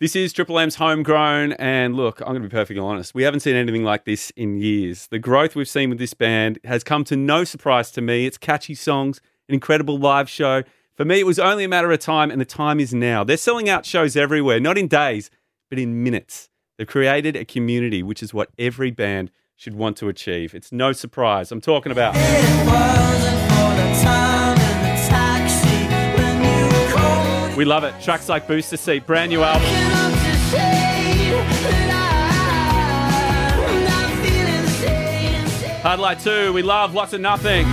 This is Triple M's homegrown, and look, I'm going to be perfectly honest. We haven't seen anything like this in years. The growth we've seen with this band has come to no surprise to me. It's catchy songs, an incredible live show. For me, it was only a matter of time, and the time is now. They're selling out shows everywhere, not in days, but in minutes. They've created a community, which is what every band should want to achieve. It's no surprise. I'm talking about. We love it. Tracks like Booster Seat, brand new album. Hard Light 2, we love Lots of Nothing.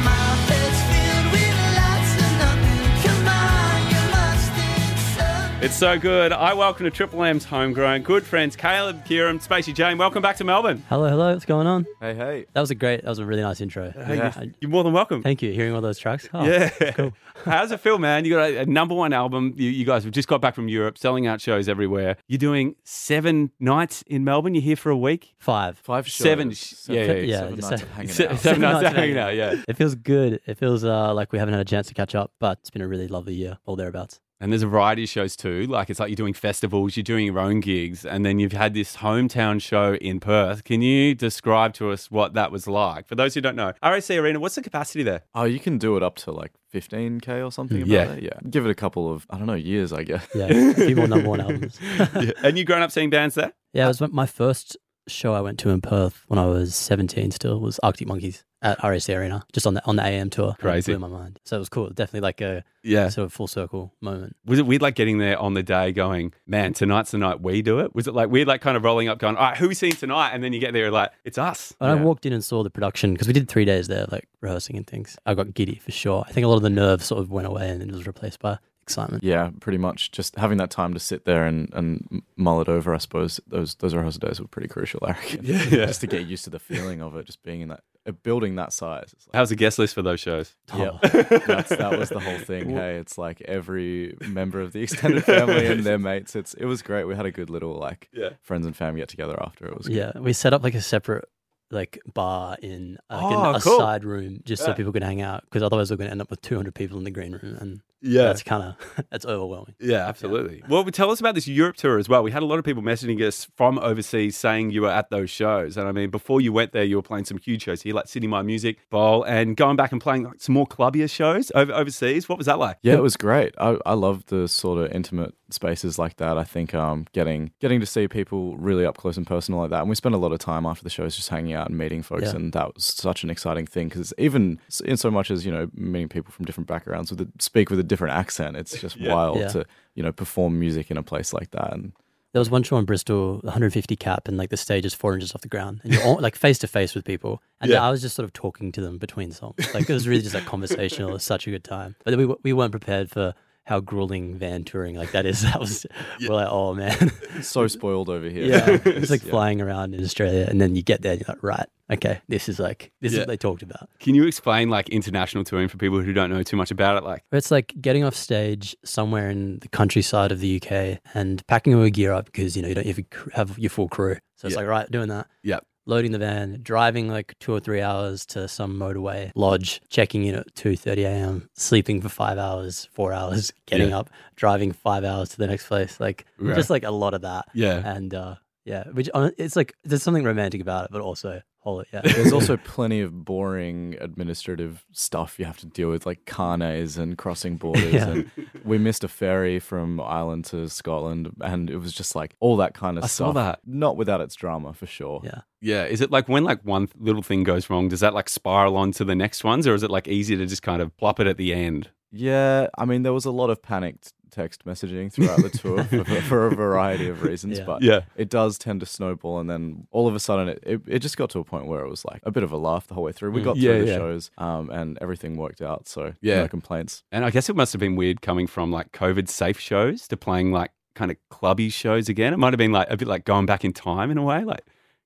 It's so good. I welcome to Triple M's homegrown good friends Caleb, Kieran, Spacey Jane. Welcome back to Melbourne. Hello, hello. What's going on? Hey, hey. That was a great. That was a really nice intro. Yeah. I- You're more than welcome. Thank you. Hearing all those tracks. Oh, Uh, Yeah. How does it feel, man? You got a, a number one album. You, you guys have just got back from Europe, selling out shows everywhere. You're doing seven nights in Melbourne. You're here for a week. Five. Five Seven sh- yeah, yeah, yeah. Yeah, Seven nights se- of hanging Se- out. seven nights nights, hanging yeah. out, yeah. It feels good. It feels uh, like we haven't had a chance to catch up, but it's been a really lovely year, all thereabouts. And there's a variety of shows too. Like it's like you're doing festivals, you're doing your own gigs, and then you've had this hometown show in Perth. Can you describe to us what that was like? For those who don't know, RAC Arena, what's the capacity there? Oh, you can do it up to like 15k or something. About Yeah. That. yeah. Give it a couple of I don't know years, I guess. Yeah, a few more number one albums. Yeah. And you grown up seeing bands there? Yeah, it was my first show I went to in Perth when I was 17. Still was Arctic Monkeys at RAC Arena, just on the on the AM tour. Crazy. It blew my mind. So it was cool. Definitely like a Yeah. sort of full circle moment. Was it weird like getting there on the day going, man, tonight's the night we do it? Was it like weird like kind of rolling up going, all right, who we seeing tonight? And then you get there like, it's us. When Yeah. I walked in and saw the production, because we did three days there, like rehearsing and things, I got giddy for sure. I think a lot of the nerves sort of went away and it was replaced by excitement. Yeah, pretty much. Just having that time to sit there and, and mull it over, I suppose. Those those rehearsal days were pretty crucial, I reckon. Yeah, yeah. Just to get used to the feeling of it, just being in that a building that size. It's like, How's the guest list for those shows? Oh, yeah, that's, that was the whole thing. Hey, it's like every member of the extended family and their mates. It's it was great. We had a good little like Yeah. friends and fam get together after. It was good. Yeah, we set up like a separate like bar in like Oh, an, a cool. side room just so Yeah. people could hang out because otherwise we're going to end up with 200 people in the green room and Yeah. that's kind of that's overwhelming. Yeah, absolutely. Well, tell us about this Europe tour as well. We had a lot of people messaging us from overseas saying you were at those shows. And I mean, before you went there, you were playing some huge shows here, like City My Music, Bowl, and going back and playing like, some more clubbier shows over, overseas. What was that like? Yeah, it was great. I, I love the sort of intimate spaces like that. I think um, getting getting to see people really up close and personal like that, and we spent a lot of time after the shows just hanging out and meeting folks, Yeah. and that was such an exciting thing because even s- in so much as you know meeting people from different backgrounds with a, speak with a different accent, it's just Yeah. wild Yeah. to you know perform music in a place like that. And There was one show in Bristol, 150 cap, and like the stage is four inches off the ground, and you're all, like face to face with people. And Yeah. I was just sort of talking to them between songs. Like it was really just like conversational. It was such a good time. But we we weren't prepared for how grueling van touring like that is. That was we're like, oh man, so spoiled over here. yeah. It's like flying around in Australia, and then you get there, and you're like, right, okay, this is like this is Yeah. what they talked about. Can you explain like international touring for people who don't know too much about it? Like, It's like getting off stage somewhere in the countryside of the UK and packing all your gear up because you know you don't have your, cr- have your full crew. So it's Yeah. like right, doing that. Yep. Loading the van, driving like two or three hours to some motorway lodge, checking in at two thirty a.m., sleeping for five hours, four hours, getting up, driving five hours to the next place. Like Right. just like a lot of that. yeah. And uh, yeah, which uh, it's like there's something romantic about it, but also whole yeah. There's also plenty of boring administrative stuff you have to deal with, like carnets and crossing borders. Yeah. And we missed a ferry from Ireland to Scotland, and it was just like all that kind of I saw stuff. that. Not without its drama, for sure. Yeah. Yeah. Is it like when like one th- little thing goes wrong, does that like spiral on to the next ones or is it like easy to just kind of plop it at the end? Yeah, I mean, there was a lot of panicked text messaging throughout the tour for, for a variety of reasons, Yeah. but Uh, Yeah. it does tend to snowball and then all of a sudden it, it, it just got to a point where it was like a bit of a laugh the whole way through we got Yeah, through the yeah. shows um, and everything worked out so Yeah. no complaints And I guess it must have been weird coming from like COVID safe shows to playing like kind of clubby shows again. It might have been like a bit like going back in time in a way, like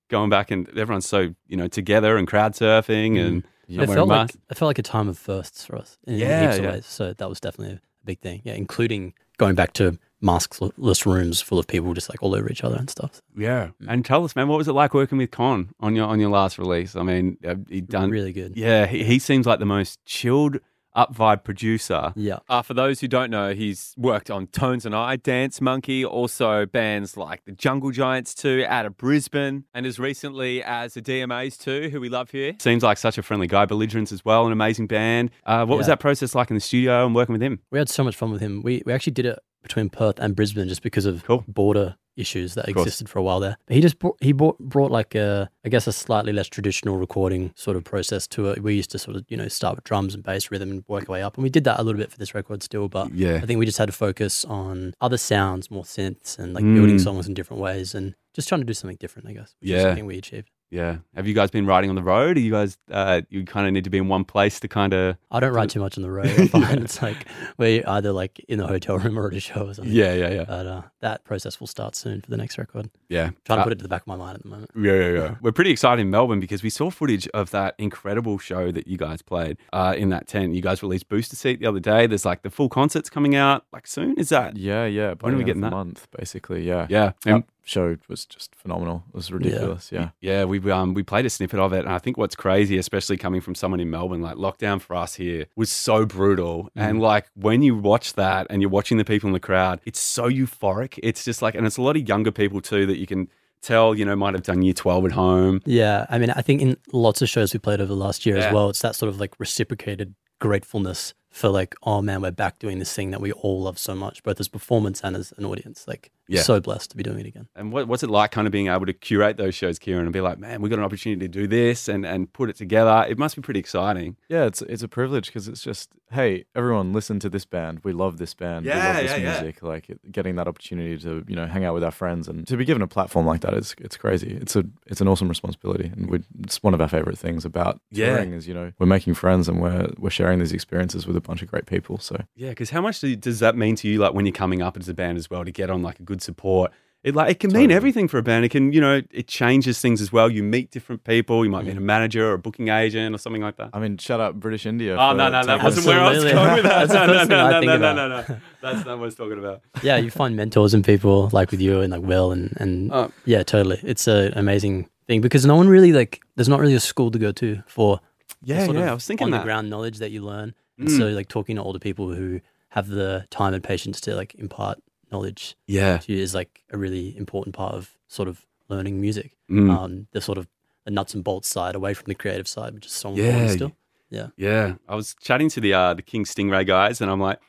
going back and everyone's so, you know, together and crowd surfing and it not wearing felt like masks. it felt like a time of firsts for us in Yeah, heaps of yeah. ways. So that was definitely a big thing. Yeah, including going back to maskless rooms full of people just like all over each other and stuff. Yeah. Mm. And tell us, man, what was it like working with Con on your on your last release? I mean, uh, he done really good. Yeah, he, he seems like the most chilled Upvibe producer. Yeah. Uh, for those who don't know, he's worked on Tones and I, Dance Monkey, also bands like the Jungle Giants too, out of Brisbane, and as recently as the DMAs too, who we love here. Seems like such a friendly guy. Belligerents as well, an amazing band. Uh, what was Yeah. that process like in the studio and working with him? We had so much fun with him. We, we actually did it between Perth and Brisbane just because of Cool. border issues that course. existed for a while there. But he just brought, he brought, brought like a, I guess, a slightly less traditional recording sort of process to it. We used to sort of, you know, start with drums and bass rhythm and work our way up. And we did that a little bit for this record still, but Yeah. I think we just had to focus on other sounds, more synths and like Mm. building songs in different ways and just trying to do something different, I guess. Which is Yeah. something we achieved. Yeah. Have you guys been riding on the road? Are you guys, uh, you kind of need to be in one place to kind of. I don't ride too much on the road. I find it's like we're either like in the hotel room or at a show or something. yeah, yeah. But uh, that process will start soon for the next record. Yeah. Trying Uh, to put it to the back of my mind at the moment. Yeah, yeah, yeah. We're pretty excited in Melbourne because we saw footage of that incredible show that you guys played uh, in that tent. You guys released Booster Seat the other day. There's like the full concert's coming out like soon. Is that? Yeah, yeah. by When are we the end of getting the that? Month, basically. Yeah. Yeah. That And- show was just phenomenal. It was ridiculous. Yeah. yeah, we um, we played a snippet of it, and I think what's crazy, especially coming from someone in Melbourne, like lockdown for us here was so brutal. And like when you watch that, and you're watching the people in the crowd, it's so euphoric. It's just like, and it's a lot of younger people too that you can tell, you know, might have done year twelve at home. Yeah. I mean, I think in lots of shows we played over the last year Yeah. as well, it's that sort of like reciprocated gratefulness for like, oh man, we're back doing this thing that we all love so much, both as performance and as an audience. Like, Yeah. so blessed to be doing it again. And what, what's it like kind of being able to curate those shows, Kieran, and be like, man, we got an opportunity to do this and, and put it together? It must be pretty exciting. Yeah, it's it's a privilege because it's just hey, everyone, listen to this band. We love this band. we Yeah, love this yeah, yeah. music. Like it- getting that opportunity to you know hang out with our friends and to be given a platform like that is it's crazy. It's a it's an awesome responsibility, and we, it's one of our favorite things about Yeah. touring is you know we're making friends and we're we're sharing these experiences with a bunch of great people. So Yeah, because how much do, does that mean to you, like when you're coming up as a band as well, to get on like a good support? It like it can mean Totally. everything for a band. It can, you know, it changes things as well. You meet different people. You might meet a manager or a booking agent or something like that. I mean, shout out British India. Oh for no, no, that taking wasn't us- where I was Absolutely. going with that. That's the No, no, first thing I no, think no, no, about. no, no. That's not what I was talking about. yeah, you find mentors and people like with you and like Will and and Oh. yeah, totally. It's an amazing thing because no one really like there's not really a school to go to for the Yeah, sort yeah. of I was thinking on that. Mm. the ground knowledge that you learn. And so like talking to older people who have the time and patience to like impart knowledge Yeah. to you is like a really important part of sort of learning music. Mm. Um, the sort of the nuts and bolts side away from the creative side, which is so Yeah, important you- still. Yeah, I was chatting to the uh, the King Stingray guys, and I'm like,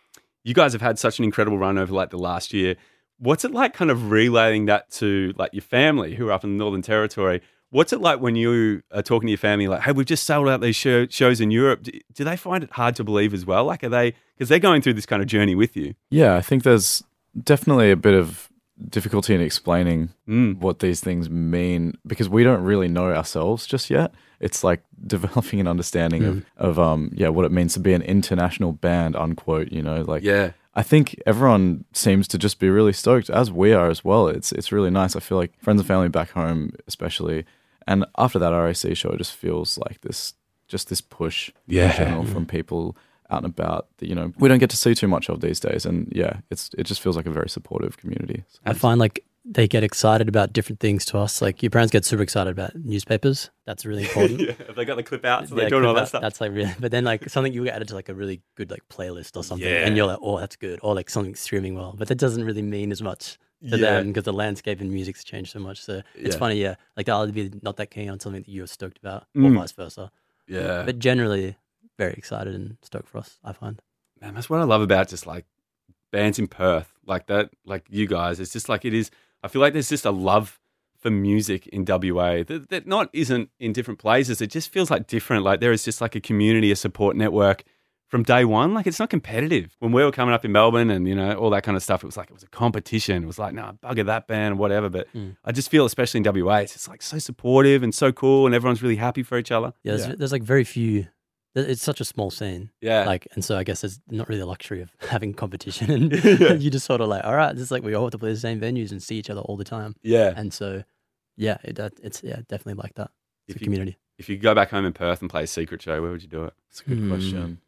you guys have had such an incredible run over like the last year. What's it like, kind of relaying that to like your family who are up in the Northern Territory? What's it like when you are talking to your family, like, hey, we've just sold out these show- shows in Europe? Do, do they find it hard to believe as well? Like, are they because they're going through this kind of journey with you? Yeah, I think there's definitely a bit of difficulty in explaining Mm. what these things mean because we don't really know ourselves just yet. It's like developing an understanding of, of um yeah what it means to be an international band unquote. You know, like Yeah, I think everyone seems to just be really stoked, as we are as well. It's it's really nice. I feel like friends and family back home, especially, and after that RAC show, it just feels like this just this push, in Yeah. general from people out and about that you know we don't get to see too much of these days, and yeah, it's it just feels like a very supportive community. I find like they get excited about different things to us. Like your parents get super excited about newspapers. That's really important. yeah. Have they got the clip out? So they're Yeah, doing all clip that art, stuff. That's like really, but then like something you added to like a really good like playlist or something, Yeah. and you're like, oh, that's good, or like somethinging's streaming well, but that doesn't really mean as much Yeah. to them because the landscape and music's changed so much. So it's Yeah. funny, yeah. Like they'll either be not that keen on something that you're stoked about, Mm. or vice versa. Yeah, But generally, very excited and stoked for us. I find. man, that's what I love about just like bands in Perth, like that, like you guys. It's just like it is. I feel like there's just a love for music in WA that, that not isn't in different places. It just feels like different. Like there is just like a community, a support network from day one. Like it's not competitive. When we were coming up in Melbourne and you know all that kind of stuff, it was like it was a competition. It was like nah, bugger that band or whatever. But Mm. I just feel, especially in WA, it's just like so supportive and so cool, and everyone's really happy for each other. Yeah, there's, Yeah. there's like very few. th- It's such a small scene, Yeah, like, and so I guess there's not really the luxury of having competition, and Yeah. you just sort of like, all right, it's like we all have to play the same venues and see each other all the time. yeah. And so, yeah, it, that, it's yeah, definitely like that. It's If a you- community. If you go back home in Perth and play a secret show, where would you do it? It's a good Hmm. question.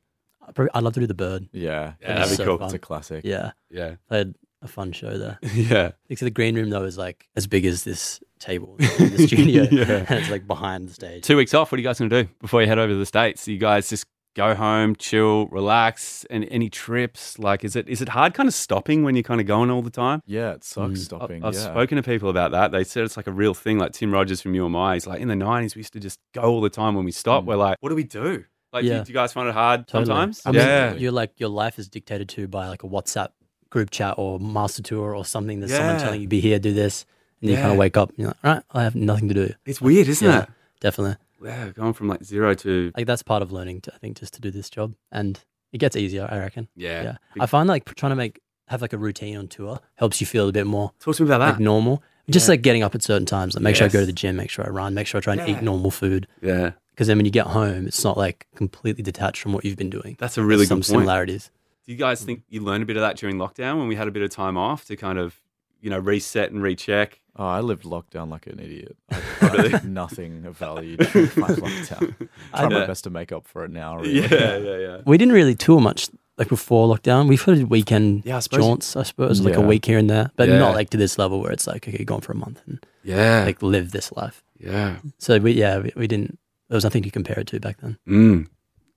I'd, probably, I'd love to do the bird. Yeah, Yeah, That'd be it's, so it's fun. a classic. Yeah, Yeah, I had a fun show there. yeah. Except the green room though is like as big as this table in the studio, Yeah. and it's like behind the stage. Two weeks off. What are you guys going to do before you head over to the States? Are you guys just go home, chill, relax, and any trips? Like, is it is it hard kind of stopping when you're kind of going all the time? Yeah, it sucks Hmm. I- stopping. I've yeah. spoken to people about that. They said it's like a real thing. Like Tim Rogers from UMI, he's like, in the 90s, we used to just go all the time when we stopped. We're like, what do we do? Like, do, Yeah. do you guys find it hard Totally. sometimes? I mean, yeah. you're like your life is dictated to by like a WhatsApp group chat or master tour or something. There's someone Yeah. telling you be here, do this, and you kind Yeah. of wake up. And you're like, all right, I have nothing to do. it's weird, isn't Yeah. it? Definitely, Yeah, going from like zero to, like that's part of learning. To, I think just to do this job, and it gets easier. I reckon. yeah. Yeah, I find like trying to make have like a routine on tour helps you feel a bit more Talk to me about that. like normal. Just Ah. Yeah. like getting up at certain times, like make sure I go Yes. to the gym, make sure I run, make sure I try and Yeah. eat normal food. yeah. Because then when you get home, it's not like completely detached from what you've been doing. That's a really some good point. similarities. Do you guys think you learned a bit of that during lockdown when we had a bit of time off to kind of, you know, reset and recheck? Oh, I lived locked down like an idiot. I, I did nothing of value. during my lockdown. I- Trying Yeah. my best to make up for it Oh, now. Really. Yeah, yeah, yeah. We didn't really tour much like before lockdown. We've had weekend Yeah, I suppose- jaunts, I suppose, like a Yeah. week here and there, but Yeah. not like to this level where it's like okay, gone for a month and Yeah. like live this life. yeah. So we yeah, we, we didn't. There was nothing to compare it to back then. Mm.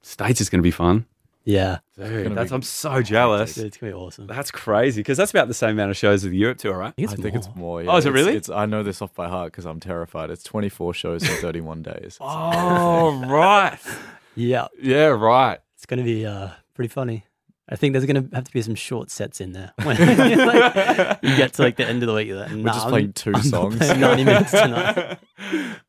States is going to be fun. Yeah, Dude, gonna that's, be I'm so jealous. it's gonna be awesome. I That's crazy because that's about the same amount of shows as the Europe tour, right? think I it's think it's Oh, more. more. Yeah. is it It's- really? It's, I know this off by heart because I'm terrified. It's 24 shows in 31 days. Oh, right. yeah, Yeah, right. it's gonna be uh, pretty funny. I think there's gonna have to be some short sets in there. When like, you get to like the end of the week, you're like, We're nah, just I'm- playing 2 I'm not songs. playing ninety minutes tonight.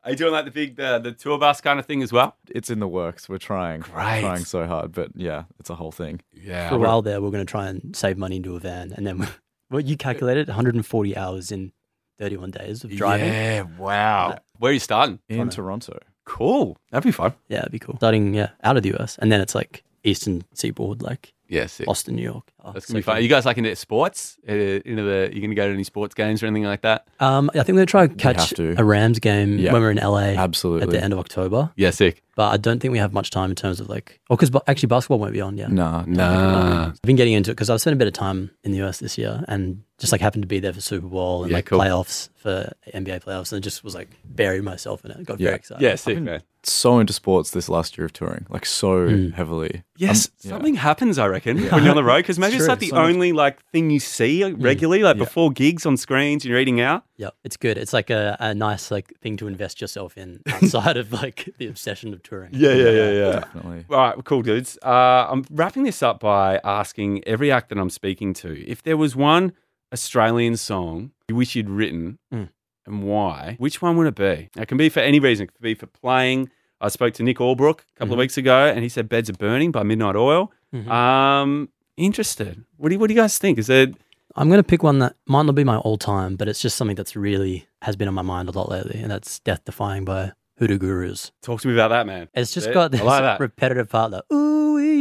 Are you doing like the big the, the tour bus kind of thing as well? It's in the works. We're trying. Great. Trying so hard, but yeah, it's a whole thing. For a Yeah. while there, we are going to try and save money into a van, and then we- well, you calculated 140 hours in 31 days of driving. Yeah, Yeah. Wow. Where are you starting? In Toronto. Cool. That'd be fun. it'd be cool. Starting yeah out of the US, and then it's like Eastern Seaboard, like Yeah, sick. Boston, New York. Oh, That's so gonna be fun. You guys like into sports? Uh, into the you gonna go to any sports games or anything like that? Um, I think we're going to try and have catch to. a Rams game Yeah. when we're in LA at Absolutely. the end of October, Yeah, sick. but I don't think we have much time in terms of like oh, because actually basketball won't be on. Yeah, Nah, Nah. I've been getting into it because I've spent a bit of time in the US this year and just like happened to be there for Super Bowl and Yeah, like cool. playoffs for NBA playoffs and just was like buried myself in it. Got very Yeah. excited. Yeah, sick, man. so into sports this last year of touring, like so Hmm. Mm. heavily. Yes, Um, yeah. something happens, I reckon, when you're on the road because maybe it's, Mm. True, like the so much- only like thing you see like, regularly, like Yeah. before gigs on screens, you're eating out. Yeah, it's good. It's like a, a nice like thing to invest yourself in outside of like the obsession of touring. yeah, yeah, yeah. Definitely. All right, cool, dudes. Uh, I'm wrapping this up by asking every act that I'm speaking to if there was one Australian song you wish you'd written Mm. and why, which one would it be? It can be for any reason. It could be for playing. I spoke to Nick Albrook a couple of weeks ago and he said Beds Are Burning by Midnight Oil. Mhm. Um, interested. What do, you, what do you guys think? Is it I'm gonna pick one that might not be my all time, but it's just something that's really has been on my mind a lot lately, and that's Death Defying by Hoodoo Gurus. Talk to me about that, man. It's just Yeah, got I this like that. repetitive part that ooh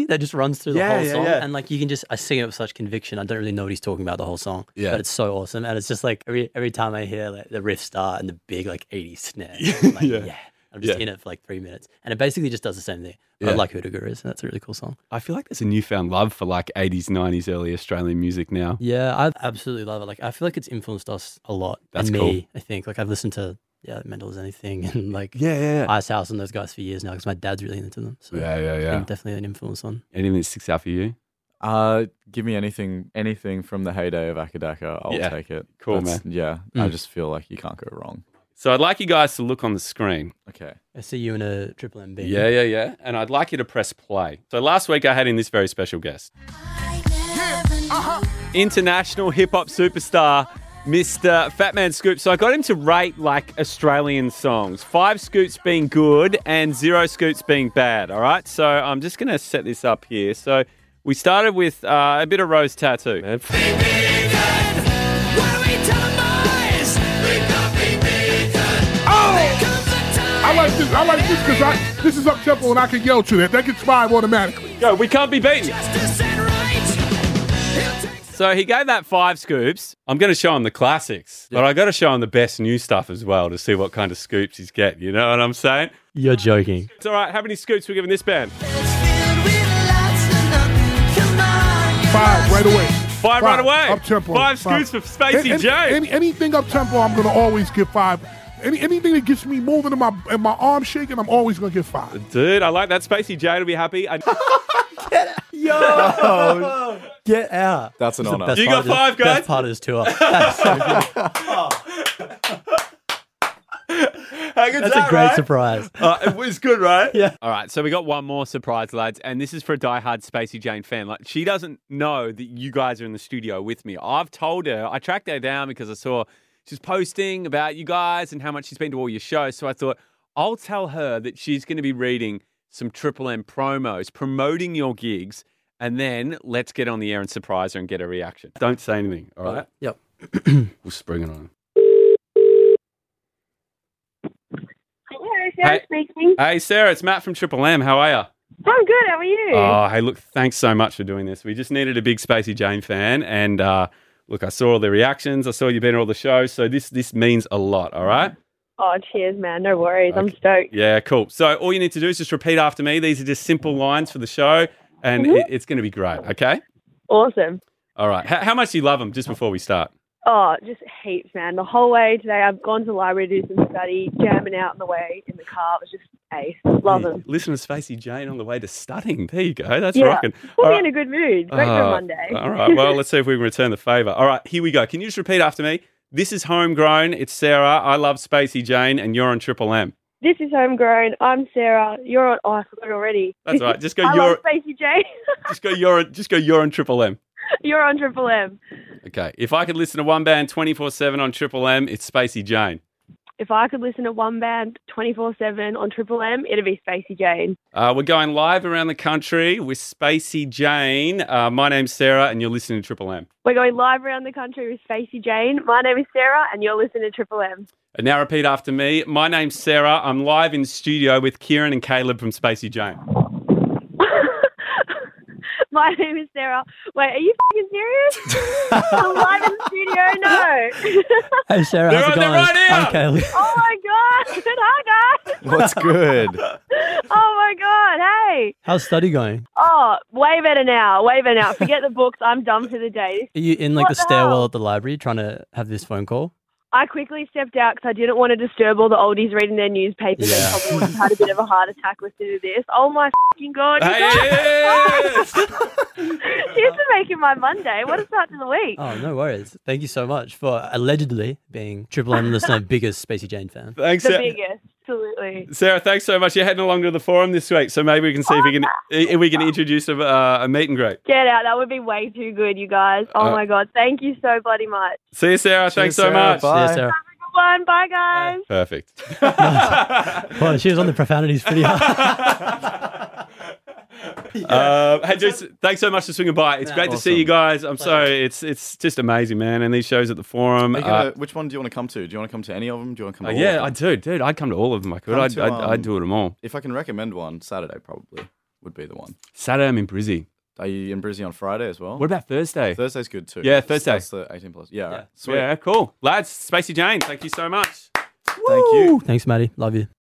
that just runs through the Yeah, whole yeah, song, yeah. and like you can just I sing it with such conviction. I don't really know what he's talking about the whole song, Yeah. but it's so awesome, and it's just like every every time I hear like the riff start and the big like 80s snare, I'm like, Yeah. yeah. I'm just Yeah. in it for like three minutes, and it basically just does the same thing. But Yeah. I like Hoodoo Gurus, and that's a really cool song. I feel like there's a newfound love for like 80s, 90s, early Australian music now. Yeah, I absolutely love it. Like, I feel like it's influenced us a lot. That's and cool. me, I think. Like, I've listened to yeah, Mendel is anything, and like Yeah, yeah, Ice House and those guys for years now because my dad's really into them. So Yeah, yeah, they're yeah. definitely an influence on. Anything that sticks out for you? Uh, give me anything, anything from the heyday of Akadaka. I'll Yeah. take it. Cool, Hmm. Yeah, I Mm. just feel like you can't go wrong. So I'd like you guys to look on the screen. Okay. I see you in a triple MB. Yeah, yeah, yeah. And I'd like you to press play. So last week I had in this very special guest international hip hop superstar, Mr. Fat Man Scoop. So I got him to rate like Australian songs, five scoots being good and zero scoots being bad. All right. So I'm just going to set this up here. So we started with uh, a bit of Rose Tattoo. man. Oh! I like this. I like this because I this is up tempo and I can yell to that. That gets five automatically. Yo, we can't be beaten. So he gave that five scoops. I'm going to show him the classics, but I got to show him the best new stuff as well to see what kind of scoops he's getting. You know what I'm saying? You're joking. It's all right. How many scoops we giving this band? Five right away. Five, right away. Up tempo. Five scoops for Spacey J. Any, anything up tempo, I'm gonna always give five. Any, anything that gets me moving and my and my arm shaking, I'm always gonna get fired. Dude, I like that. Spacey J will be happy. I- Get out. That's an honor. Best You part got of five, this- guys? Best part of this tour. How good's That's that, a great right? surprise. Uh, it was good, right? Yeah. All right, so we got one more surprise, lads, and this is for a diehard Spacey Jane fan. Like, she doesn't know that you guys are in the studio with me. I've told her. I tracked her down because I saw she's posting about you guys and how much she's been to all your shows. So I thought I'll tell her that she's going to be reading some Triple M promos promoting your gigs, and then let's get on the air and surprise her and get a reaction. Don't say anything, all right? Yep. We'll spring it on. Hello, Hey. Sarah speaking. Hey, Sarah, it's Matt from Triple M. How are you? I'm good. How are you? Oh, hey, look, thanks so much for doing this. We just needed a big Spacey Jane fan. And uh, look, I saw all the reactions. I saw you've been to all the shows. So this this means a lot, all right? oh, cheers, man. No worries. I'm Okay. stoked. Yeah, cool. So all you need to do is just repeat after me. These are just simple lines for the show. And Mhm. it, it's going to be great, okay? Awesome. All right. How how much do you love them just before we start? Oh, just heaps, man. The whole way today, I've gone to the library to do some study, jamming out on the way in the car. It was just ace. Love Hey, them. Listen to Spacey Jane on the way to studying. There you go. That's Yeah. rocking. Put All me right. in a good mood. Great for Uh, a Monday. All right. Well, let's see if we can return the favor. All right. Here we go. Can you just repeat after me? This is homegrown. It's Sarah. I love Spacey Jane, and you're on Triple M. this is homegrown. I'm Sarah. You're on. Oh, I forgot already. That's all right. Just go. I you're. love Spacey J. Just go. You're. Just go. You're on Triple M. You're on Triple M. Okay. If I could listen to one band 24 seven on Triple M, it's Spacey Jane. If I could listen to one band 24 7 on Triple M, it'd be Spacey Jane. Uh, we're going live around the country with Spacey Jane. Uh, my name's Sarah, and you're listening to Triple M. We're going live around the country with Spacey Jane. My name is Sarah, and you're listening to Triple M. And now repeat after me. My name's Sarah. I'm live in studio with Kieran and Caleb from Spacey Jane. My name is Sarah. Wait, are you fing serious? I'm live in the studio. No. Hey, Sarah, They're how's it on- going? they're right I'm Caleb. oh my god! Hi guys. What's good? Oh my god! Hey. How's study going? Oh, way better now. Way better now. Forget the books. I'm done for the day. Are you in like What the the stairwell hell? at the library trying to have this phone call? I quickly stepped out because I didn't want to disturb all the oldies reading their newspapers. They Yeah. probably would have had a bit of a heart attack listening to this. Oh my fucking god! You Hey! guys- Cheers for making my Monday. What a start to the week. Oh, no worries. Thank you so much for allegedly being Triple M listener, biggest Spacey Jane fan. Thanks, the Sarah. biggest. Absolutely. Sarah, thanks so much. You're heading along to the forum this week, so maybe we can see if we can if we can introduce a, uh, a meet and greet. Get out. That would be way too good, you guys. Oh Uh, my God. Thank you so bloody much. See you, Sarah. thanks so Sarah. much. Bye. See you, Sarah. Have a good one. Bye, guys. Perfect. Well, she was on the profanities video. Uh, hey, just thanks so much for swinging by. It's great to see you guys. I'm so it's it's just amazing, man. And these shows at the forum. Are you uh, gonna- which one do you want to come to? Do you want to come to any of them? Do you want to come? uh, To all yeah, of I them? do, dude. I'd come to all of them. I could. Come I'd, to, I'd, um, I'd do them all. if I can recommend one, Saturday probably would be the one. Saturday, I'm in Brizzy. Are you in Brisbane on Friday as well? What about Thursday? Thursday's good too. Yeah, That's- Thursday. That's the 18 plus. Yeah, all right. sweet. Yeah, cool, lads. Spacey Jane, thank you so much. Thank you. Thanks, Maddie. Love you.